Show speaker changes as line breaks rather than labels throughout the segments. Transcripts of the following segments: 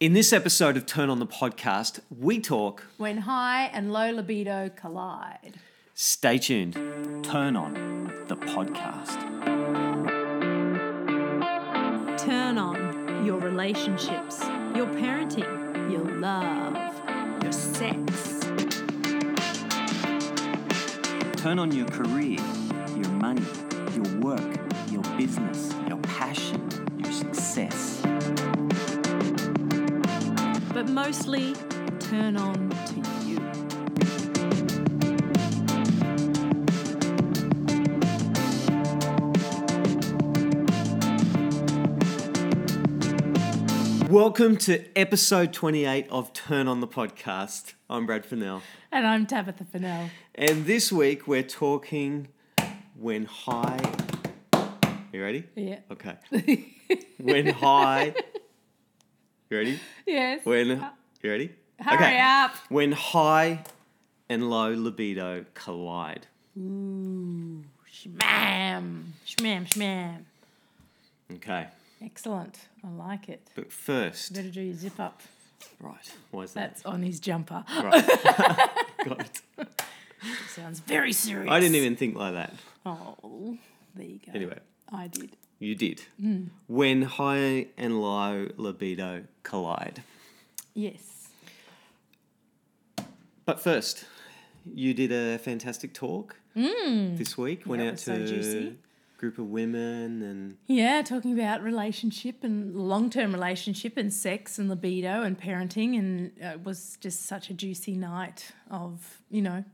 In this episode of Turn On the Podcast, we talk.
When high and low libido collide.
Stay tuned. Turn On the Podcast.
Turn on your relationships, your parenting, your love, your sex.
Turn on your career, your money, your work, your business, your passion, your success.
But mostly, turn on to you.
Welcome to episode 28 of Turn On the Podcast. I'm Brad Fennell.
And I'm Tabitha Fennell.
And this week we're talking when high. You ready?
Yeah.
Okay. When high. You ready?
yes.
When. You ready?
Hurry up.
When high and low libido collide.
Shmam. Shmam, shmam.
Okay.
Excellent. I like it.
But first.
Better do your zip up.
Right. Why is that?
That's on his jumper.
Got it.
Sounds very serious.
I didn't even think like that.
Oh, there you go.
Anyway,
I did.
you did.
Mm.
When high and low libido collide.
Yes.
But first, you did a fantastic talk this week. Went
Mm. That
out to
was so
a
juicy.
group of women and
Yeah, talking about relationship and long-term relationship and sex and libido and parenting and uh, it was just such a juicy night of, you know,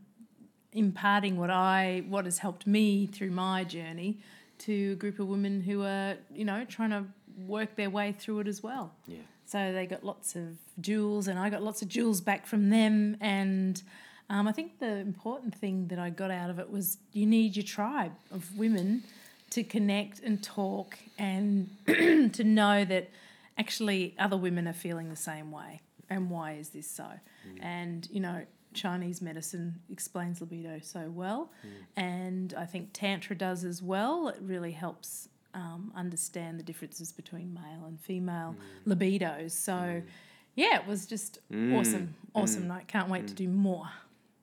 imparting what I what has helped me through my journey to a group of women who are, you know, trying to work their way through it as well.
yeah,
So they got lots of jewels, and I got lots of jewels back from them. And um, I think the important thing that I got out of it was you need your tribe of women to connect and talk and to know that actually other women are feeling the same way. And why is this so? And, you know, Chinese medicine explains libido so well. And I think Tantra does as well. It really helps um, understand the differences between male and female libidos. So, yeah, it was just awesome, awesome night. Can't wait to do more.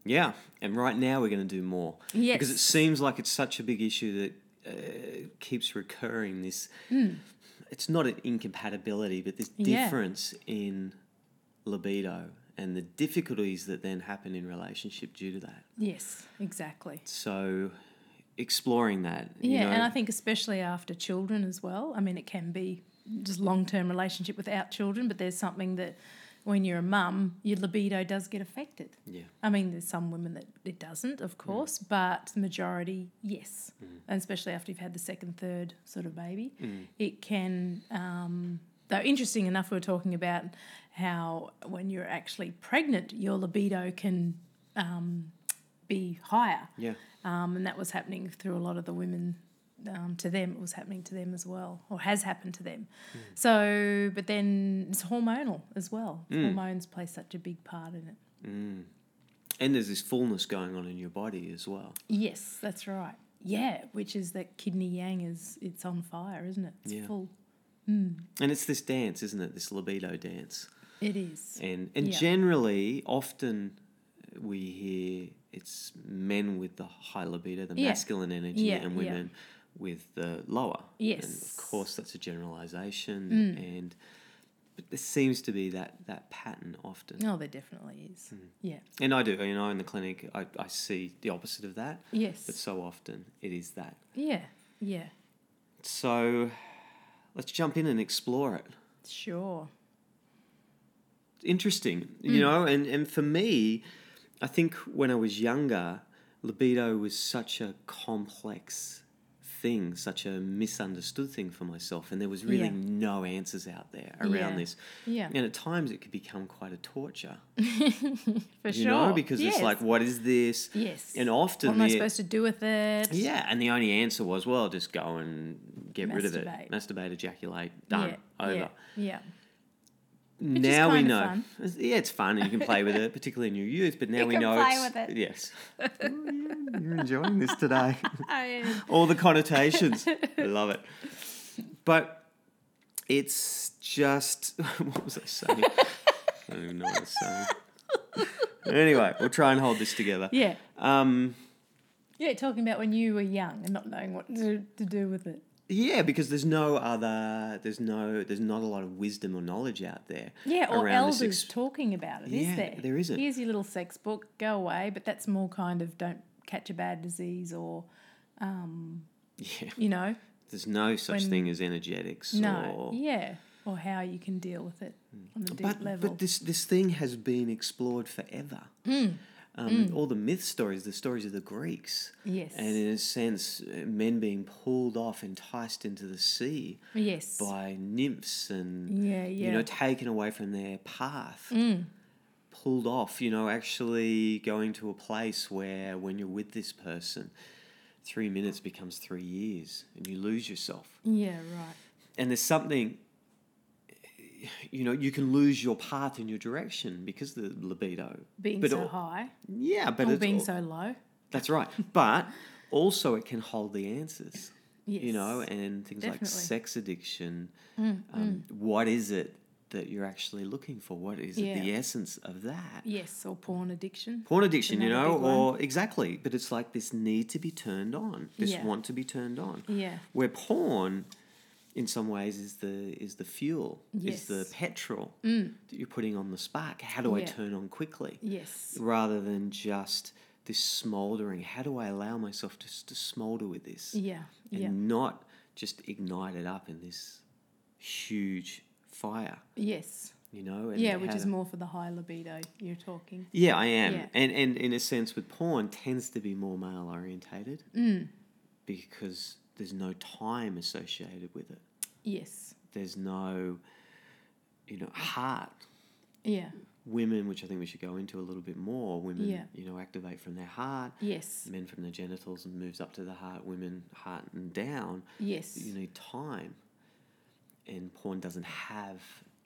yeah. And right now we're going to do more because it
Yes.
seems like it's such a big issue that uh, keeps recurring. This it's not an incompatibility, but this
Hmm. Yeah.
difference in libido and the difficulties that then happen in relationship due to that.
Yes, exactly.
So exploring that, you
Yeah,
know,
and I think especially after children as well. I mean, it can be just long term relationship without children, but there's something that when you're a mum, your libido does get affected.
yeah.
I mean, there's some women that it doesn't, of course, but the majority, yes.
Mm.
And especially after you've had the second, third sort of baby, it can. Um, though, interesting enough, we were talking about how when you're actually pregnant, your libido can um, be higher.
Yeah.
Um, and that was happening through a lot of the women. Um, to them, it was happening to them as well, or has happened to them.
Hmm.
So, but then it's hormonal as well.
Hmm.
Hormones play such a big part in it.
And there's this fullness going on in your body as well.
Yes, that's right. Yeah, which is that kidney yang is it's on fire, isn't it? It's
Yeah.
full.
And it's this dance, isn't it? This libido dance.
It is.
And and
Yeah.
generally, often uh, we hear it's men with the high libido, the
Yeah.
masculine energy,
Yeah,
and
yeah.
women with the lower. And
Yes. Mm.
of course, that's a generalization. And but there seems to be that that pattern often.
No, Oh, there definitely is.
Hmm.
Yeah.
And I do. You know, in the clinic, I, I see the opposite of that. But
Yes.
so often it is that.
Yeah. Yeah.
So let's jump in and explore it.
Sure.
interesting,
Mm.
you know. And and for me, I think when I was younger, libido was such a complex thing, such a misunderstood thing for myself, and there was really
Yeah.
no answers out there around
Yeah.
this.
Yeah.
And at times, it could become quite a torture,
For
you
sure.
know, because it's
Yes.
like, what is this?
Yes.
And often
what am I
the-
supposed to do with it?
Yeah, and the only answer was, well, just go and get rid of it,
Masturbate.
masturbate, ejaculate, done,
Yeah.
over.
Yeah. yeah. Which is
now we
kinda
know.
fun.
It's- Yeah, it's fun and you can play with it, particularly in your youth. But now
You
we
can
know
play
it's
with it.
yes. Oh, You're enjoying this today.
I,
All the connotations, I love it. But It's just what was I saying? I don't even know what I was saying. Anyway, we'll try and hold this together.
Yeah.
Um,
Yeah, talking about when you were young and not knowing what to, to do with it.
yeah, because there's no other, there's no, there's not a lot of wisdom or knowledge out there.
Yeah, or
around
elders
this ex-
talking about it, is
Yeah,
there?
there isn't.
Here's your little sex book, go away. But that's more kind of don't catch a bad disease or,
yeah,
you know,
there's no such
When-
thing as energetics.
no.
or,
Yeah. Or how you can deal with it on the deep
Hmm. but,
level. Hmm.
But this this thing has been explored forever. Um, All the myth stories, the stories of the Greeks,
yes.
and in a sense, uh, men being pulled off, enticed into the sea
yes.
by nymphs, and
Yeah, yeah. Hmm.
you know, taken away from their path. Pulled off, you know, actually going to a place where when you're with this person, three minutes becomes three years and you lose yourself
yeah, right.
and there's something you know you can lose your path and your direction because the libido
Being
but
so
al-
high
yeah but
or
it's
being
al-
so low.
that's right but also it can hold the answers
Yes.
you know and things
definitely. Mm,
like sex addiction um, what is it that you're actually looking for what is
Yeah.
it the essence of that
Yes, or porn addiction.
porn addiction you
Another
know
big one.
or exactly but it's like this need to be turned on this
Yeah.
want to be turned on
Yeah.
where porn in some ways is the is the fuel is the
Yes.
petrol that you're putting on the spark how do i
Yeah.
turn on quickly
Yes.
rather than just this smoldering how do i allow myself just to smolder with this
Yeah.
and
Yeah.
not just ignite it up in this huge fire
Yes.
you know and
Yeah, which
how
is
to-
more for the high libido you're talking.
yeah i am
Yeah.
and and in a sense with porn tends to be more male orientated because there's no time associated with it
Yes.
there's no you know heart
Yeah.
women which i think we should go into a little bit more women
Yeah.
you know activate from their heart
Yes.
men from their genitals and moves up to the heart women heart and down
Yes.
you need time and porn doesn't have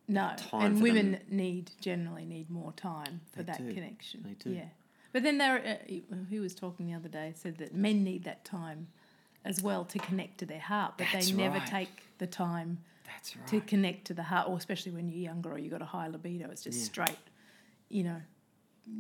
no.
time
And
for
women need generally need more time for
They
that
do.
connection.
They do.
Yeah. But then there, uh, who was talking the other day said that men need that time as well to connect to their heart, but
That's
they never
right.
take the time
that's
to connect to the heart, or especially when you're younger or you've got a high libido, it's just
Yeah.
straight, you know,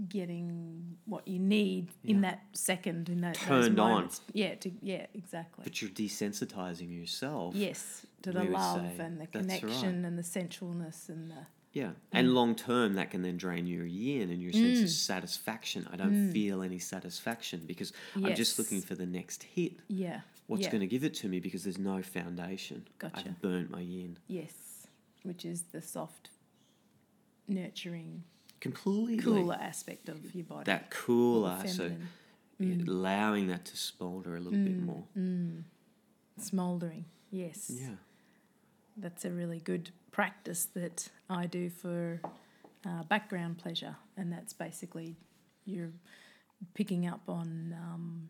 getting what you need in that second, in that
Turned on.
Yeah, to, yeah, exactly.
but you're desensitizing yourself
yes, to the
we would
love
say,
and the
that's right.
connection and the sensualness and the
yeah and long term that can then drain your yin and your sense of
Mm.
satisfaction i don't feel any satisfaction because i'm just looking
Yes.
for the next hit
yeah.
what's
yeah,
going to give it to me because there's no foundation
Gotcha.
i've burnt my yin
yes, which is the soft, nurturing,
completely
cooler aspect of your body.
that
or the
cooler so
feminine, Mm.
allowing that to smolder a little bit more
smouldering. mm. Yes.
yeah
that's a really good practice that I do for uh, background pleasure, and that's basically you're picking up on um,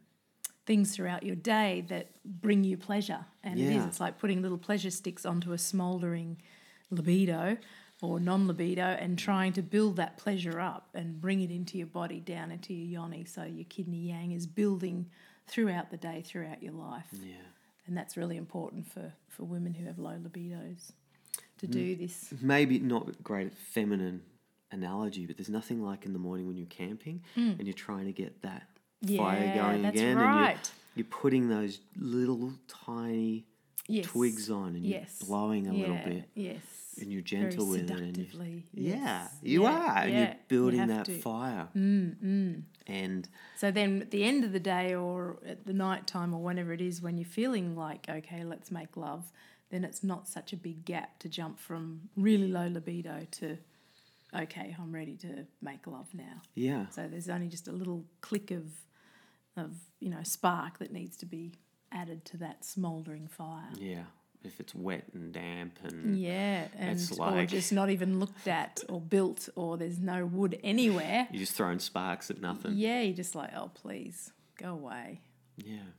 things throughout your day that bring you pleasure, and it is
Yeah.
it's like putting little pleasure sticks onto a smouldering libido or non-libido and trying to build that pleasure up and bring it into your body down into your yoni so your kidney yang is building throughout the day throughout your life
yeah
and that's really important for, for women who have low libidos to
Mm.
do this.
maybe not a great feminine analogy but there's nothing like in the morning when you're camping
Mm.
and you're trying to get that fire
Yeah,
going
that's
again and
right.
you're, you're putting those little tiny
Yes.
twigs on and
Yes.
you're blowing a little
Yeah,
bit
Yes.
and you're
Very
gentle with it and you-
seductively.
yeah
yes.
you are and
yeah,
you're
you
building
have
that
to. Mm.
fire and
So then at the end of the day or at the night time or whenever it is when you're feeling like, okay, let's make love, then it's not such a big gap to jump from really low libido to, okay, I'm ready to make love now.
yeah
So there's only just a little click of, of you know, spark that needs to be added to that smouldering fire.
yeah if it's wet and damp and
Yeah, and
It's
or
like-
just not even looked at or built or there's no wood anywhere.
You're just throwing sparks at nothing.
Yeah, you're just like, oh please, go away.
Yeah.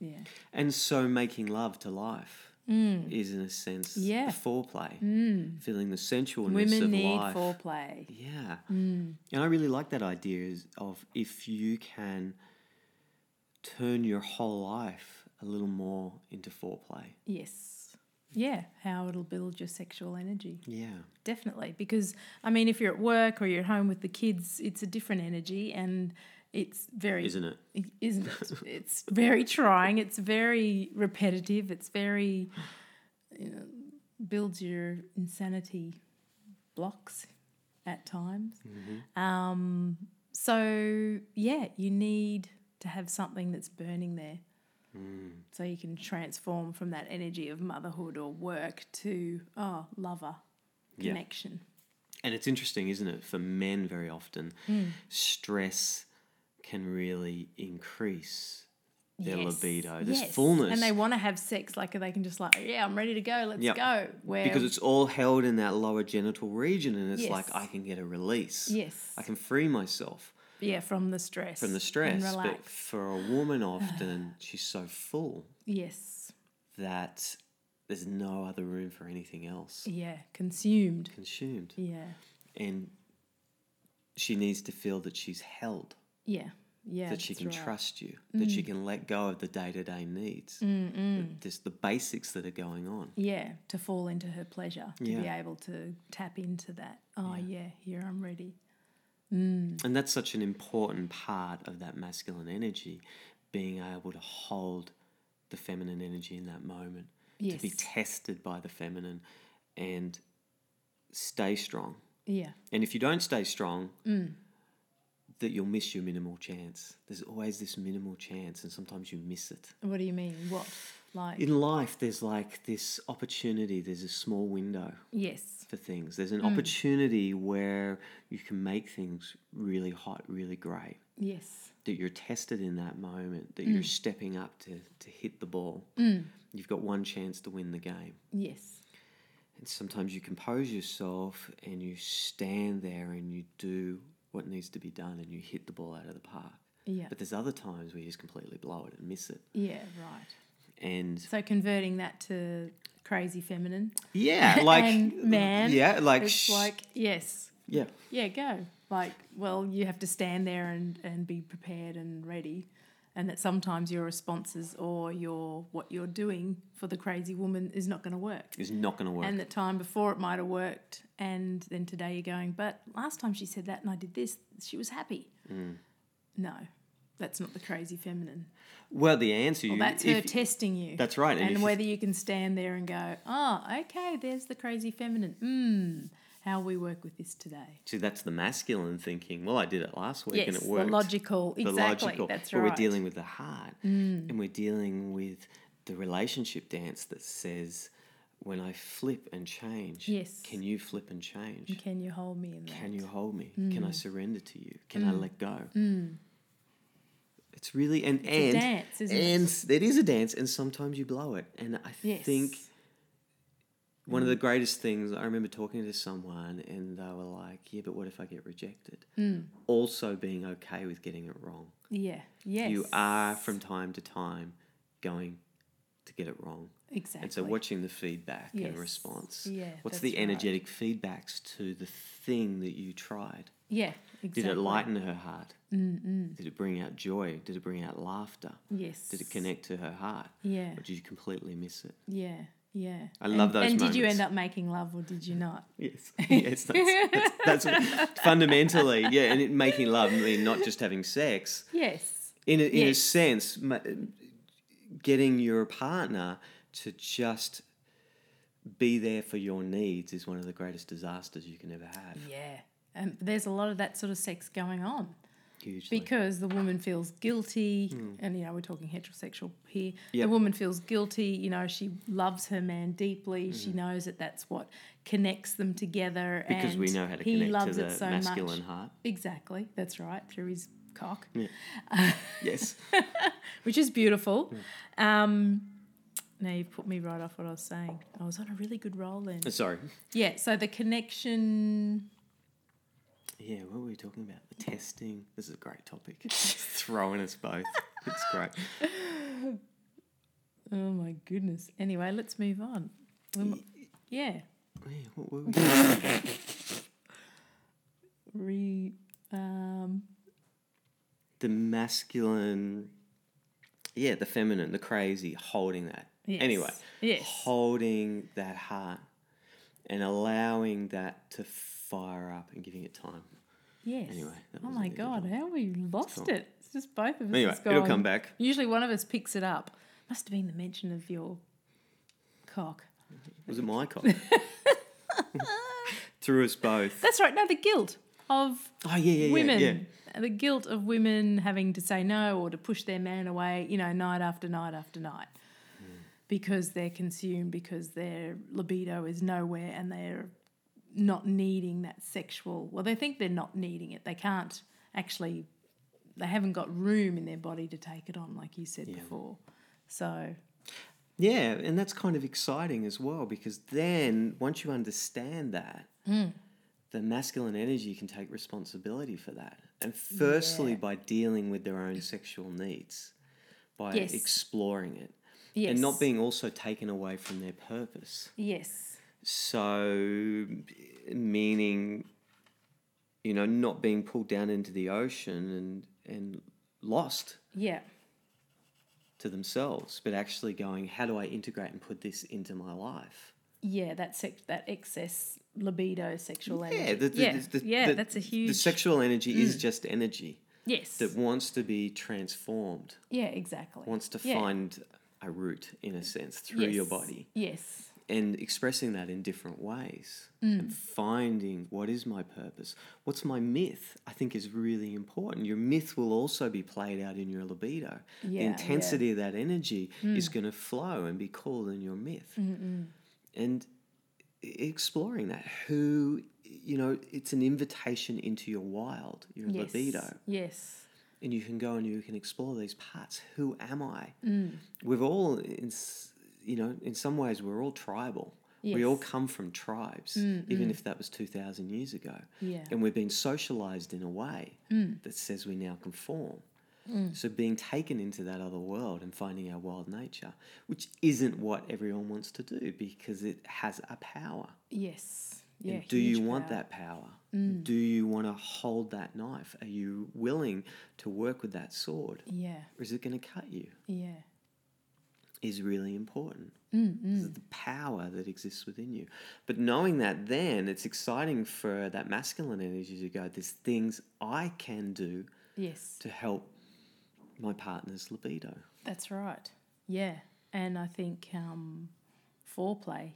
Yeah,
And so making love to life is, in a sense,
Mm. Yeah.
the foreplay, mm. feeling the sensualness
women
of
need
life.
foreplay. Mm.
Yeah. And I really like that idea is of if you can turn your whole life a little more into foreplay,
Yes, yeah, how it'll build your sexual energy.
Yeah.
Definitely. Because, I mean, if you're at work or you're at home with the kids, it's a different energy and it's very.
Isn't it?
it isn't it? It's very trying. It's very repetitive. It's very you know, builds your insanity blocks at times.
Mm-hmm.
Um, so yeah, you need to have something that's burning there,
Mm.
so you can transform from that energy of motherhood or work to oh lover
Yeah.
connection.
And it's interesting, isn't it? For men, very often,
Mm.
stress can really increase their
Yes,
libido. There's
yes.
fullness.
and they want to have sex. Like they can just like, yeah, I'm ready to go. Let's
Yep.
go. Where
because it's all held in that lower genital region, and it's
Yes.
like I can get a release.
yes,
I can free myself
yeah, from the stress,
from the
and
stress.
relax.
But for a woman, often she's so full
yes,
that there's no other room for anything else.
yeah, consumed.
Consumed,
Yeah,
and she needs to feel that she's held.
yeah, yeah.
that she
that's
can
right. Mm.
trust you, that she can let go of the day to day needs, mm just the basics that are going on.
Yeah, to fall into her pleasure, to be
Yeah.
able to tap into that. Oh, yeah, here I'm ready.
And that's such an important part of that masculine energy, being able to hold the feminine energy in that moment, to be
Yes.
tested by the feminine and stay strong.
Yeah,
And if you don't stay strong, that you'll miss your minimal chance. There's always this minimal chance, and sometimes you miss it.
what do you mean? What? Like,
In life, there's like this opportunity, there's a small window.
yes,
for things. There's an opportunity where you can make things really hot, really great.
yes,
That you're tested in that moment, that you're
Mm.
stepping up to, to hit the ball. You've got one chance to win the game.
yes,
And sometimes you compose yourself and you stand there and you do what needs to be done and you hit the ball out of the park.
yeah,
But there's other times where you just completely blow it and miss it.
yeah, right.
And
So converting that to crazy feminine
yeah, like
and man,
yeah, like,
it's
sh-
like yes,
yeah,
yeah, go. Like, well, you have to stand there and, and be prepared and ready. And that sometimes your responses or your what you're doing for the crazy woman is not going to work.
it's not going to work.
And the time before it might have worked, and then today you're going, but last time she said that and I did this, she was happy.
Mm.
No, that's not the crazy feminine.
well, the answer you
Well, that's her
if-
testing you.
That's right.
and
if you
whether you can stand there and go, oh, okay, there's the crazy feminine. Mm, how we work with this today.
See, that's the masculine thinking. Well, I did it last week and it worked.
the logical,
The
exactly.
logical.
That's
but
right. Mm.
we're dealing with the heart, and we're dealing with the relationship dance that says, "When I flip and change,
Yes.
can you flip and change?
Can Mm. you hold me in that?
Can you hold me? Can I surrender to you? Can I let go?" It's really and
Mm. It's a
and
dance, isn't it?
and it is a dance, and sometimes you blow it. And I
Yes. Mm.
think one of the greatest things I remember talking to someone, and they were like, "Yeah, but what if I get rejected?"
Mm.
Also, being okay with getting it wrong.
Yeah. Yes.
You are from time to time going to get it wrong,
exactly.
and so watching the feedback and
Yes.
response.
Yeah,
What's
that's
the
right.
energetic feedbacks to the thing that you tried?
Yeah.
Did
Exactly.
it lighten her heart? mm Did it bring out joy? Did it bring out laughter?
Yes.
Did it connect to her heart?
Yeah.
Or did you completely miss it?
Yeah. Yeah.
I love
and,
those
And did you
moments.
end up making love or did you not?
Yes, yes, that's, that's, that's fundamentally, yeah, and it, making love, I mean, not just having sex.
Yes.
In a, in a
Yes.
sense, ma- getting your partner to just be there for your needs is one of the greatest disasters you can ever have.
Yeah. And Um, there's a lot of that sort of sex going on.
Hugely.
Because the woman feels guilty, and you know, we're talking heterosexual here.
Hmm. Yep.
The woman feels guilty, you know, she loves her man deeply. She knows that that's what connects them together.
Mm-hmm. Because we
and
know how to
he
connect to
loves
the
it so
masculine
much.
heart.
Exactly, that's right, through his cock,
Yes.
which is beautiful.
Hmm.
Um, now you've put me right off what I was saying. I was on a really good roll then.
Sorry.
Yeah, so the connection.
Yeah, what were we talking about? The testing. This is a great topic. Throwing us both. It's great.
Oh my goodness. Anyway, let's move on. Um, Yeah.
Yeah, what were we talking about?
Re. Um,
the masculine yeah, the feminine, the crazy, holding that.
Yes.
Anyway,
Yes.
holding that heart and allowing that to fire up and giving it time.
Yes.
Anyway, that
Oh
was
my
an
god, how we lost
cool.
it. It's just both of us.
Anyway,
has
it'll
gone.
come back.
Usually one of us picks it up. Must have been the mention of your cock.
Was it my cock? Through us both.
That's right. No, the guilt of
Oh yeah, yeah, yeah.
women.
Yeah.
The guilt of women having to say no or to push their man away, you know, night after night after night. Because they're consumed, because their libido is nowhere and they're not needing that sexual. Well, they think they're not needing it. They can't actually, they haven't got room in their body to take it on, like you said before. So,
Yeah, and that's kind of exciting as well because then once you understand that,
Mm.
the masculine energy can take responsibility for that. And firstly,
Yeah.
by dealing with their own sexual needs, by
Yes.
exploring it,
yes.
and not being also taken away from their purpose.
Yes.
So, meaning, you know, not being pulled down into the ocean and, and lost
Yeah.
to themselves, but actually going, how do I integrate and put this into my life?
Yeah, that sex, that excess libido, sexual energy.
Yeah, the, the,
yeah,
the- the-
yeah
the-
that's a huge. Mm.
The sexual energy is just energy
yes.
that wants to be transformed,
yeah, exactly.
wants to
Yeah.
find a root in a sense through your
Yes.
body
Yes.
and expressing that in different ways
Mm.
and finding what is my purpose, what's my myth. I think is really important. Your myth will also be played out in your libido.
Yeah, Mm.
the
yeah.
intensity of that energy is going to flow and be called in your myth. And e-, exploring that who you know it's an invitation into your wild your
Yes.
libido
Yes.
and you can go and you can explore these parts who am i
Mm.
we've all in s- you know in some ways we're all tribal we all
Yes. Mm,
come from tribes even if that was 2000 years ago
Yeah. Mm.
and we've been socialized in a way that says we now conform so being taken into that other world and finding our wild nature which isn't what everyone wants to do because it has a power
Yes. Yeah.
and do you
huge
want
power. Mm.
that power? Do you want to hold that knife? Are you willing to work with that sword?
Yeah.
Or is it going to cut you?
Yeah.
Is really important.
Mm,
This is the power that exists within you. But knowing that, then it's exciting for that masculine energy to go, there's things I can do
Yes.
to help my partner's libido.
That's right. Yeah. And I think um, foreplay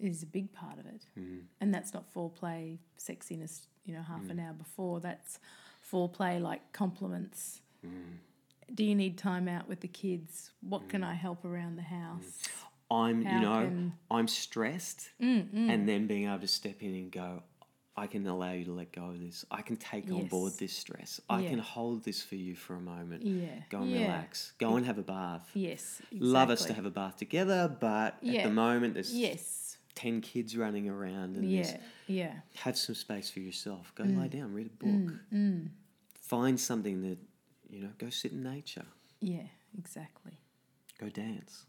is a big part of it. Mm.
Mm-hmm.
And that's not foreplay sexiness, you know, half
Mm.
an hour before. That's foreplay like compliments.
Mm-hmm.
Do you need time out with the kids? What
Mm.
can I help around the house?
I'm,
How
you know,
can- Mm,
I'm stressed, and then being able to step in and go, I can allow you to let go of this. I can take on board
Yes.
this stress. I
Yeah.
can hold this for you for a moment.
Yeah.
Go and
Yeah.
relax. Go and have a bath.
Yes.
Love us to
exactly.
have a bath together, but at
Yeah.
the moment there's
Yes.
ten kids running around, and there's
Yeah. Mm. Yeah.
have some space for yourself. Go lie down, read a book,
Mm.
find something that you know. Go sit in nature.
Yeah. Exactly.
Go dance.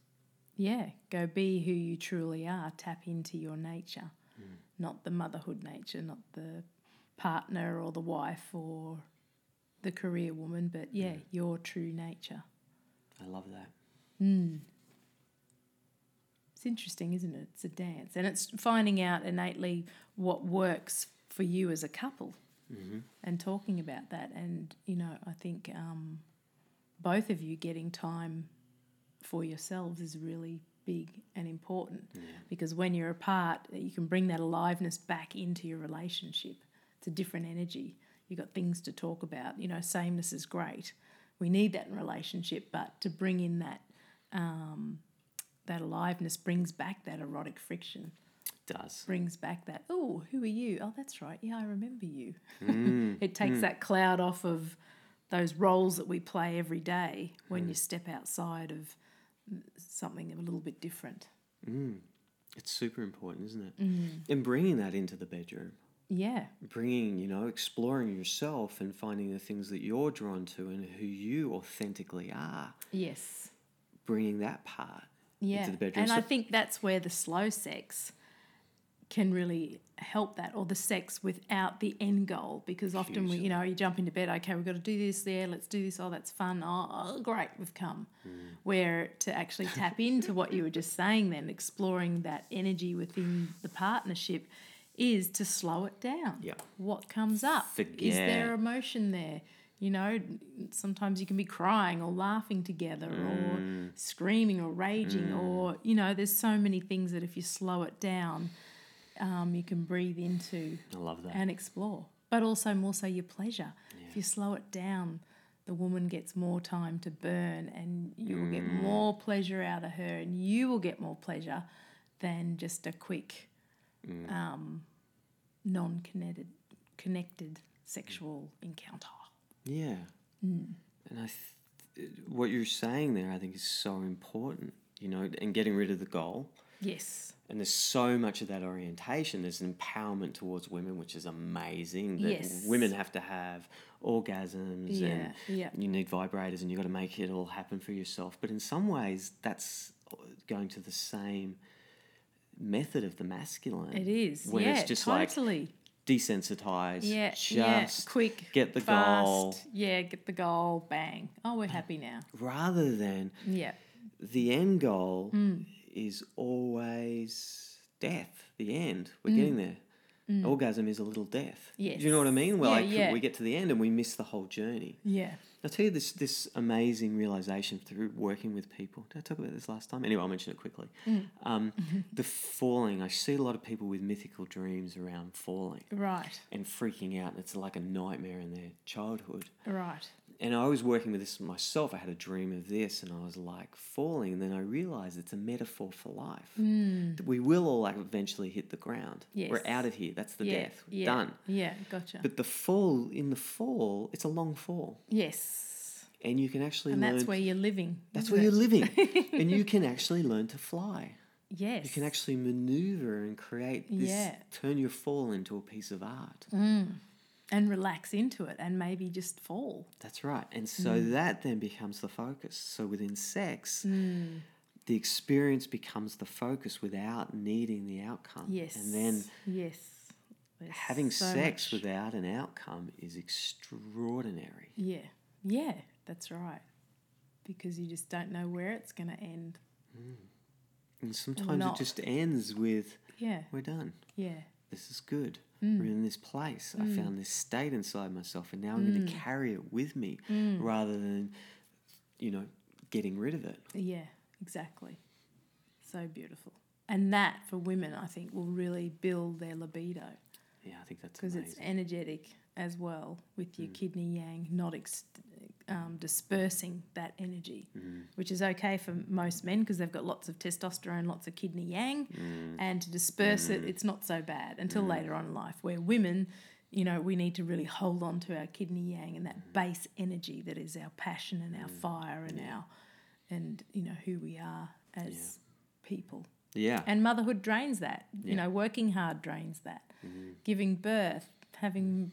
Yeah, go be who you truly are. Tap into your nature, not the motherhood nature, not the partner or the wife or the career woman, but yeah, your true nature.
I love that.
It's interesting, isn't it? It's a dance, and it's finding out innately what works for you as a couple, and talking about that. And you know, I think um, both of you getting time for yourselves is really big and important because when you're apart, you can bring that aliveness back into your relationship. It's a different energy. You've got things to talk about. You know, sameness is great. We need that in relationship, but to bring in that that aliveness brings back that erotic friction,
Does
brings back that, oh, who are you? Oh, that's right. Yeah, I remember you. it takes that cloud off of those roles that we play every day when you step outside of something a little bit different.
It's super important, isn't it?
Mm.
And bringing that into the bedroom,
Yeah,
bringing, you know, exploring yourself and finding the things that you're drawn to and who you authentically are,
yes.
bringing that part
yeah.
into the bedroom.
And
So-
I think that's where the slow sex can really help that or the sex without the end goal because often we you know you jump into bed okay we've got to do this there let's do this oh that's fun oh, oh, great we've come
Mm.
where to actually tap into what you were just saying then exploring that energy within the partnership is to slow it down
Yeah.
what comes up is
Forget.
there emotion there you know sometimes you can be crying or laughing together or screaming or raging or you know there's so many things that if you slow it down um, you can breathe into
I love that.
and explore, but also more so your pleasure. If you slow it down, the woman gets more time to burn and you will get
Mm.
more pleasure out of her and you will get more pleasure than just a quick
Mm.
um, non-connected connected sexual encounter.
Yeah.
Mm.
And I, th- what you're saying there, I think, is so important. You know, and getting rid of the goal.
Yes.
And there's so much of that orientation. There's an empowerment towards women, which is amazing. That
Yes.
women have to have orgasms
Yeah,
and
yeah.
you need vibrators and you've got to make it all happen for yourself. But in some ways, that's going to the same method of the masculine.
It is.
When
yeah,
it's just like
totally.
desensitized.
yeah,
Just
yeah. Quick.
get the
fast.
goal.
Yeah, get the goal. Bang. Oh, we're happy now.
Rather than
Yeah.
the end goal
Mm.
is always death. The end.
Mm.
We're getting there. Orgasm is a little death. Do you know what I mean? Well,
Yeah,
like
yeah.
we get to the end and we miss the whole journey.
Yeah.
I'll tell you this this amazing realization through working with people. Did I talk about this last time? Anyway, I'll mention it quickly.
Mm.
Um,
Mm-hmm.
the falling. I see a lot of people with mythical dreams around falling
Right.
and freaking out. It's like a nightmare in their childhood
Right.
and I was working with this myself. I had a dream of this, and I was like falling. And then I realized it's a metaphor for life. That we will all like eventually hit the ground. We're
Hmm. Yes.
out of here. That's the death. We're
Yeah.
Done.
Yeah, gotcha.
But the fall in the fall, it's a long fall,
yes.
and you can actually
And
learn.
that's where you're living.
that's
isn't
where
it?
you're living, and you can actually learn to fly.
Yes.
You can actually maneuver and create this.
Yeah.
Turn your fall into a piece of art.
Mm. and relax into it and maybe just fall.
That's right. And so
Mm.
that then becomes the focus. So within sex,
Mm.
the experience becomes the focus without needing the outcome.
Yes.
And then
yes. There's
having
so
sex
much-
without an outcome is extraordinary.
Yeah. Yeah, that's right. Because you just don't know where it's going to end.
And sometimes it
not.
just ends with,
Yeah.
we're done.
Yeah.
This is good.
Mm.
We're in this place. I found this state inside myself, and now I'm
Mm.
going to carry it with me rather than, you know, getting rid of it.
Yeah, exactly. So beautiful. And that for women, I think, will really build their libido.
Yeah, I think that's
because
amazing.
it's energetic as well with your kidney yang not ex- um, dispersing that energy,
Mm.
which is okay for most men because they've got lots of testosterone, lots of kidney yang,
Mm.
and to disperse it, it's not so bad until later on in life. Where women, you know, we need to really hold on to our kidney yang and that base energy that is our passion and our fire and our and you know who we are as people.
yeah.
And motherhood drains that. You know, working hard drains that. Giving birth, having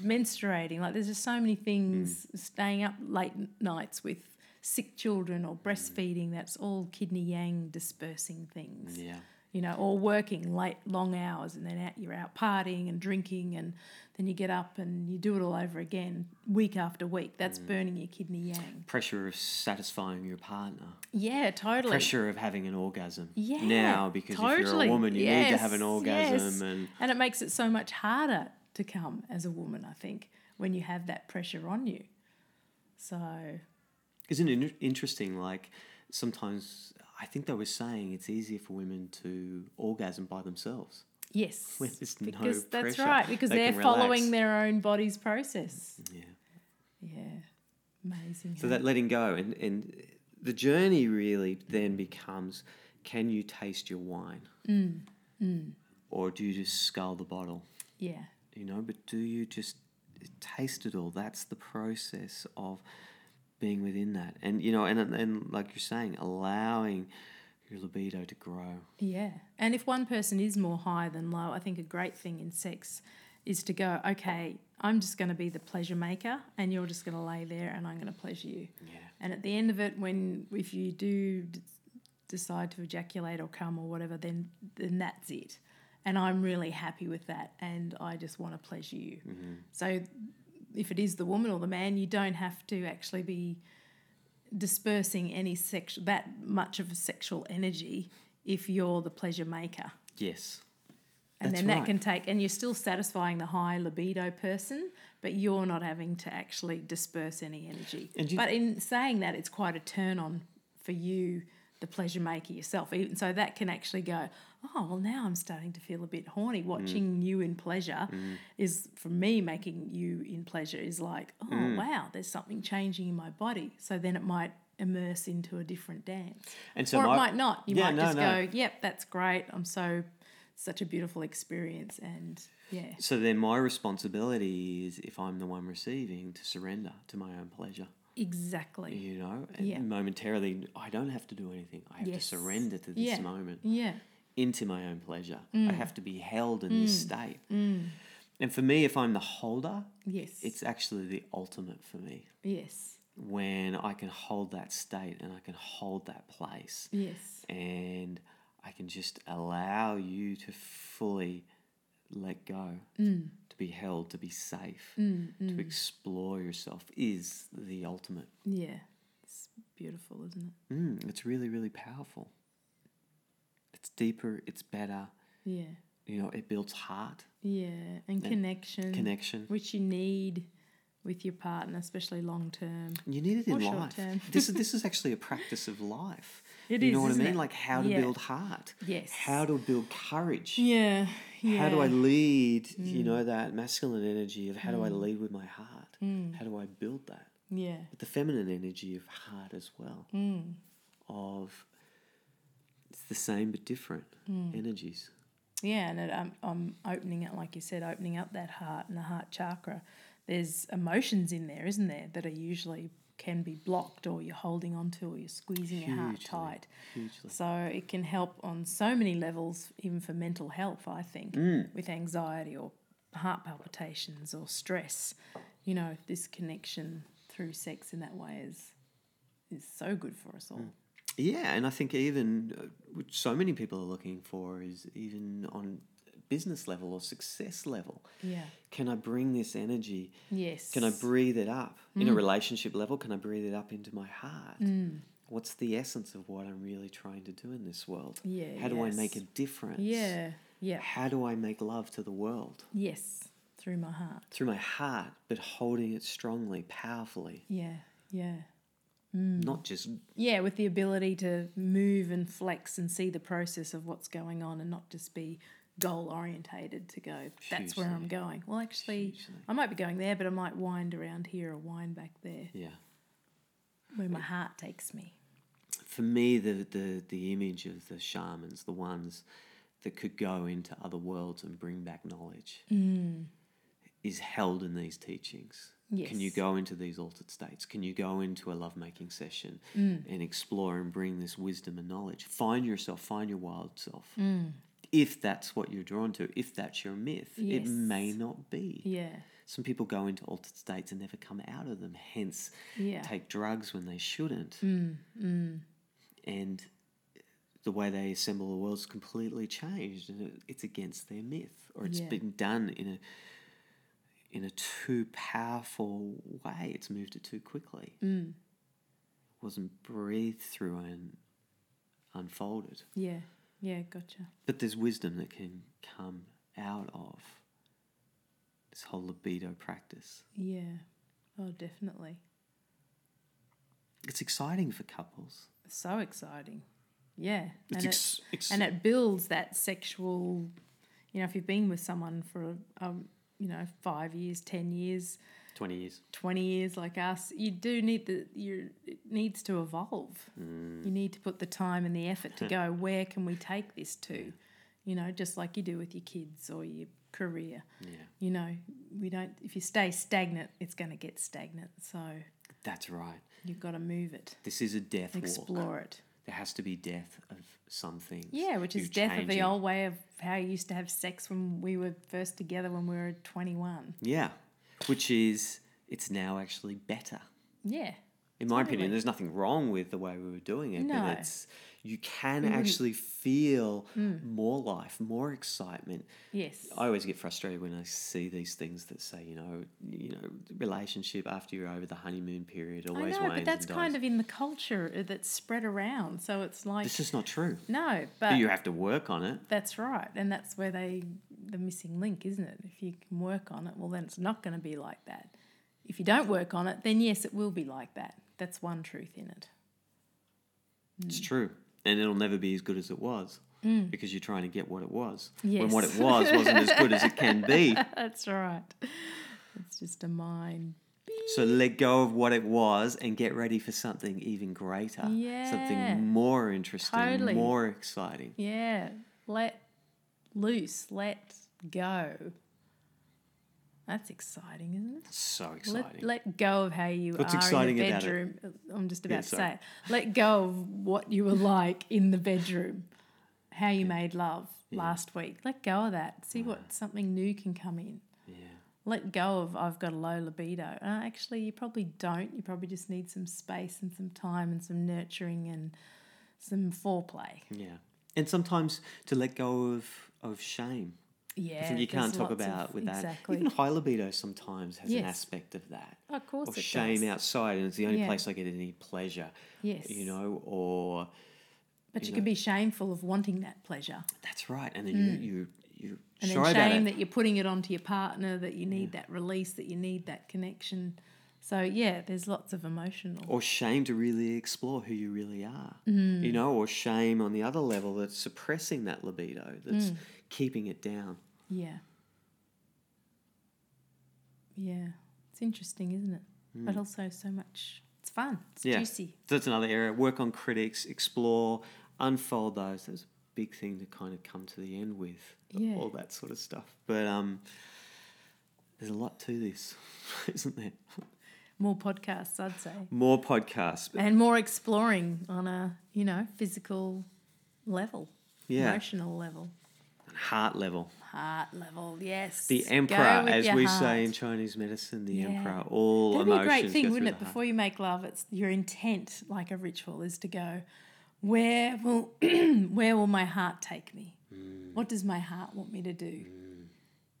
menstruating, like there's just so many things, staying up late n- nights with sick children or breastfeeding, that's all kidney yang dispersing things.
yeah.
You know, or working late, long hours, and then out, you're out partying and drinking, and then you get up and you do it all over again week after week. That's burning your kidney yang.
Pressure of satisfying your partner.
Yeah, totally.
pressure of having an orgasm
Yeah,
now because if you're a
totally.
woman you need to have an
Yes,
orgasm
yes.
and
And it makes it so much harder to come as a woman, I think, when you have that pressure on you. So,
isn't it in- interesting like sometimes i think they were saying it's easier for women to orgasm by themselves
yes.
Well, there's no
because that's
pressure.
right, because
They
they are
can relax.
following their own body's process.
yeah
Yeah. Amazing.
so that letting go and, and the journey really then becomes can you taste your wine
Mm,
or do you just scull the bottle
yeah.
you know but do you just taste it all that's the process of being within that and you know and and like you're saying allowing your libido to grow
Yeah. And if one person is more high than low, I think a great thing in sex is to go, okay, I'm just going to be the pleasure maker and you're just going to lay there and I'm going to pleasure you.
yeah
And at the end of it, when if you do d- decide to ejaculate or come or whatever, then then that's it. And I'm really happy with that. And I just want to pleasure you. So if it is the woman or the man, you don't have to actually be dispersing any sex that much of a sexual energy if you're the pleasure maker.
Yes.
And
That's
then that
right.
can take, and you're still satisfying the high libido person, but you're not having to actually disperse any energy.
And you-
but in saying that, it's quite a turn on for you, the pleasure maker yourself. Even so, that can actually go, oh, well, now I'm starting to feel a bit
Mm.
horny. Watching you in pleasure is, for me, making you in pleasure is like, oh,
Mm.
wow, there's something changing in my body. So then it might immerse into a different dance
And so
or
my,
it might not. You
Yeah,
might
no,
just
no.
go, "Yep, that's great. I'm so such a beautiful experience." And yeah,
So then my responsibility is if I'm the one receiving to surrender to my own pleasure.
exactly.
You know? And
Yeah.
momentarily I don't have to do anything. I have
Yes.
to surrender to this
Yeah. Mm.
moment.
Yeah,
into my own pleasure. I have to be held in
Mm.
this state. And for me, if I'm the holder,
yes,
it's actually the ultimate for me
yes,
when I can hold that state and I can hold that place
yes,
and I can just allow you to fully let go, to be held, to be safe,
Mm.
to explore yourself is the ultimate.
yeah. It's beautiful, isn't it?
Mm, it's really, really powerful. It's deeper, it's better.
Yeah,
You know, it builds heart,
yeah, and connection,
connection.
which you need with your partner, especially long term.
You need it
Or
in
short
life.
term.
this is this is actually a practice of life.
It
you
is,
know what I
isn't
mean?
it?
Like how to
Yeah.
build heart.
Yes.
How to build courage.
Yeah, yeah. Mm.
How do I lead? You know that masculine energy of how do I lead with my heart?
Mm.
How do I build that?
Yeah,
But the feminine energy of heart as well.
Mm.
Of it's the same but different
Mm.
energies.
Yeah, and it, um, I'm opening it, like you said, opening up that heart and the heart chakra. There's emotions in there, isn't there, that are usually can be blocked or you're holding onto or you're squeezing your heart
Hugely,
tight.
Hugely.
So it can help on so many levels, even for mental health, I think,
Mm.
with anxiety or heart palpitations or stress. You know, this connection through sex in that way is is so good for us
Mm.
all.
Yeah, and I think even uh, which so many people are looking for is even on business level or success level.
Yeah.
Can I bring this energy?
Yes. Mm.
Can I breathe it up in a relationship level? Can I breathe it up into my heart? What's the essence of what I'm really trying to do in this world?
Yeah,
How do I make a
yes.
difference?
Yeah. Yeah.
How do I make love to the world
Yes. Through my heart.
through my heart, but holding it strongly, powerfully,
Yeah, yeah. Mm.
not just
Yeah, with the ability to move and flex and see the process of what's going on and not just be goal orientated to go, that's where I'm going. Well, actually,
Hugely.
I might be going there, but I might wind around here or wind back there
yeah.
where my heart takes me.
for me the, the the image of the shamans the ones that could go into other worlds and bring back knowledge
Mm.
is held in these teachings can you
Yes.
go into these altered states can you go into a lovemaking session
Mm.
and explore and bring this wisdom and knowledge find yourself find your wild self
Mm.
if that's what you're drawn to if that's your myth it
Yes.
may not be
Yeah,
some people go into altered states and never come out of them, hence,
Yeah. Mm,
take drugs when they shouldn't. And the way they assemble the world's completely changed, and it- it's against their myth, or it's
Yeah.
been done in a in a too powerful way. It's moved it too quickly.
mm.
Wasn't breathed through and unfolded.
yeah, yeah, gotcha.
But there's wisdom that can come out of this whole libido practice.
Yeah, oh, definitely.
it's exciting for couples.
So exciting. Yeah.
It's
and it-
ex- ex-
and it builds that sexual you know if you've been with someone for um, you know five years ten years
20 years.
20 years like us you do need the you it needs to evolve you need to put the time and the effort to go where can we take this to you know just like you do with your kids or your career
Yeah.
you know we don't if you stay stagnant it's going to get stagnant so
That's right.
you've got to move it
This is a death walk.
explore it
There has to be death of something.
Yeah, which is death of the old way of how you used to have sex when we were first together when we were 21.
Yeah. Which is, it's now actually better.
Yeah.
In my
Totally.
opinion, there's nothing wrong with the way we were doing it,
No. Mm-hmm.
but it's you can actually feel
Mm.
more life, more excitement.
Yes.
I always get frustrated when I see these things that say, you know, you know, relationship after you're over the honeymoon period
I
always
know,
wanes
but that's
and dies.
kind of in the culture uh, that's spread around. So it's like
This is not true.
no,
But
but
you have to work on it.
that's right, and that's where they the missing link, isn't it? If you can work on it, well, then it's not going to be like that. If you don't work on it, then yes, it will be like that. That's one truth in it.
It's true. And it'll never be as good as it was because you're trying to get what it was. When what it
Mm. Yes.
was wasn't as good as it can be.
That's right. It's just a mind.
So let go of what it was and get ready for something even greater.
Yeah.
Something more interesting,
Totally.
more exciting.
Yeah. Let loose. Let go. That's exciting, isn't it?
So exciting.
Let, let go of how you
What's
are
exciting
in the
about it?
bedroom. I'm just about to say
sorry.
it. Let go of what you were like in the bedroom, how you made love last week. Let go of that. See what something new can come in.
yeah.
Let go of I've got a low libido. Uh, actually, you probably don't. You probably just need some space and some time and some nurturing and some foreplay.
Yeah. And sometimes to let go of, of shame.
Yeah,
I think you
there's
can't talk
lots of-
about with that.
exactly.
Even high libido sometimes has an
Yes.
aspect of that.
of course,
Or
it
shame
does.
outside, and it's the only
Yeah.
place I get any pleasure.
Yes,
You know, or
but
you
you, can be shameful of wanting that pleasure.
That's right. And then you you you
Mm. and
shy
then
about
shame
it.
that you're putting it onto your partner that you need that release that you need that connection so yeah there's lots of emotional
or shame to really explore who you really are.
Mm.
You know, or shame on the other level that's suppressing that libido,
Mm.
that's keeping it down.
yeah yeah it's interesting isn't it but also so much it's fun it's
Hmm. Yeah.
juicy
That's another area. Work on critics, explore, unfold those. That's a big thing to kind of come to the end with.
Yeah.
All that sort of stuff. But um there's a lot to this, isn't there?
more podcasts i'd say
More podcasts. But
and more exploring on a you know physical level
Yeah.
emotional level
heart level.
heart level yes
The
Go
emperor,
with
as
your
we
heart.
say in Chinese medicine, the
Yeah.
emperor. All
That'd be a
emotions.
great
go
thing,
through
wouldn't it?
the heart.
Before you make love, it's your intent, like a ritual, is to go, where will where will my heart take me?
Mm.
What does my heart want me to do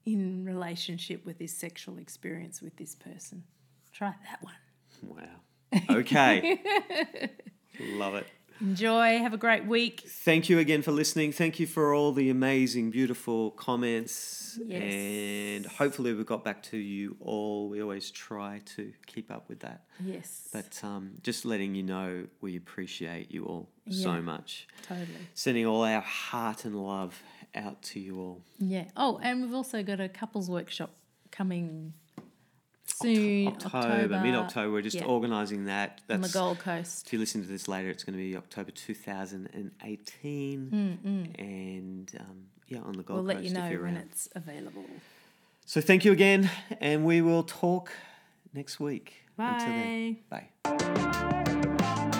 in relationship with this sexual experience with this person? Try that one.
Wow. Okay. Love it.
Enjoy. Have a great week.
Thank you again for listening. Thank you for all the amazing, beautiful comments.
Yes.
And hopefully, we got back to you all. We always try to keep up with that.
Yes,
But um, just letting you know, we appreciate you all
Yeah.
so much.
totally.
Sending all our heart and love out to you all.
Yeah. Oh, and we've also got a couples workshop coming soon.
October, mid October, we're just
yeah, Oh
organising that.
on the
That's
Gold Coast.
If you listen to this later, it's going to be October 2018. And um, yeah, on the Gold
Hmm, We'll let
Coast
you know
if you're
when
around.
it's available.
So thank you again. And we will talk next week. Until then,
Bye.
bye.
Bye.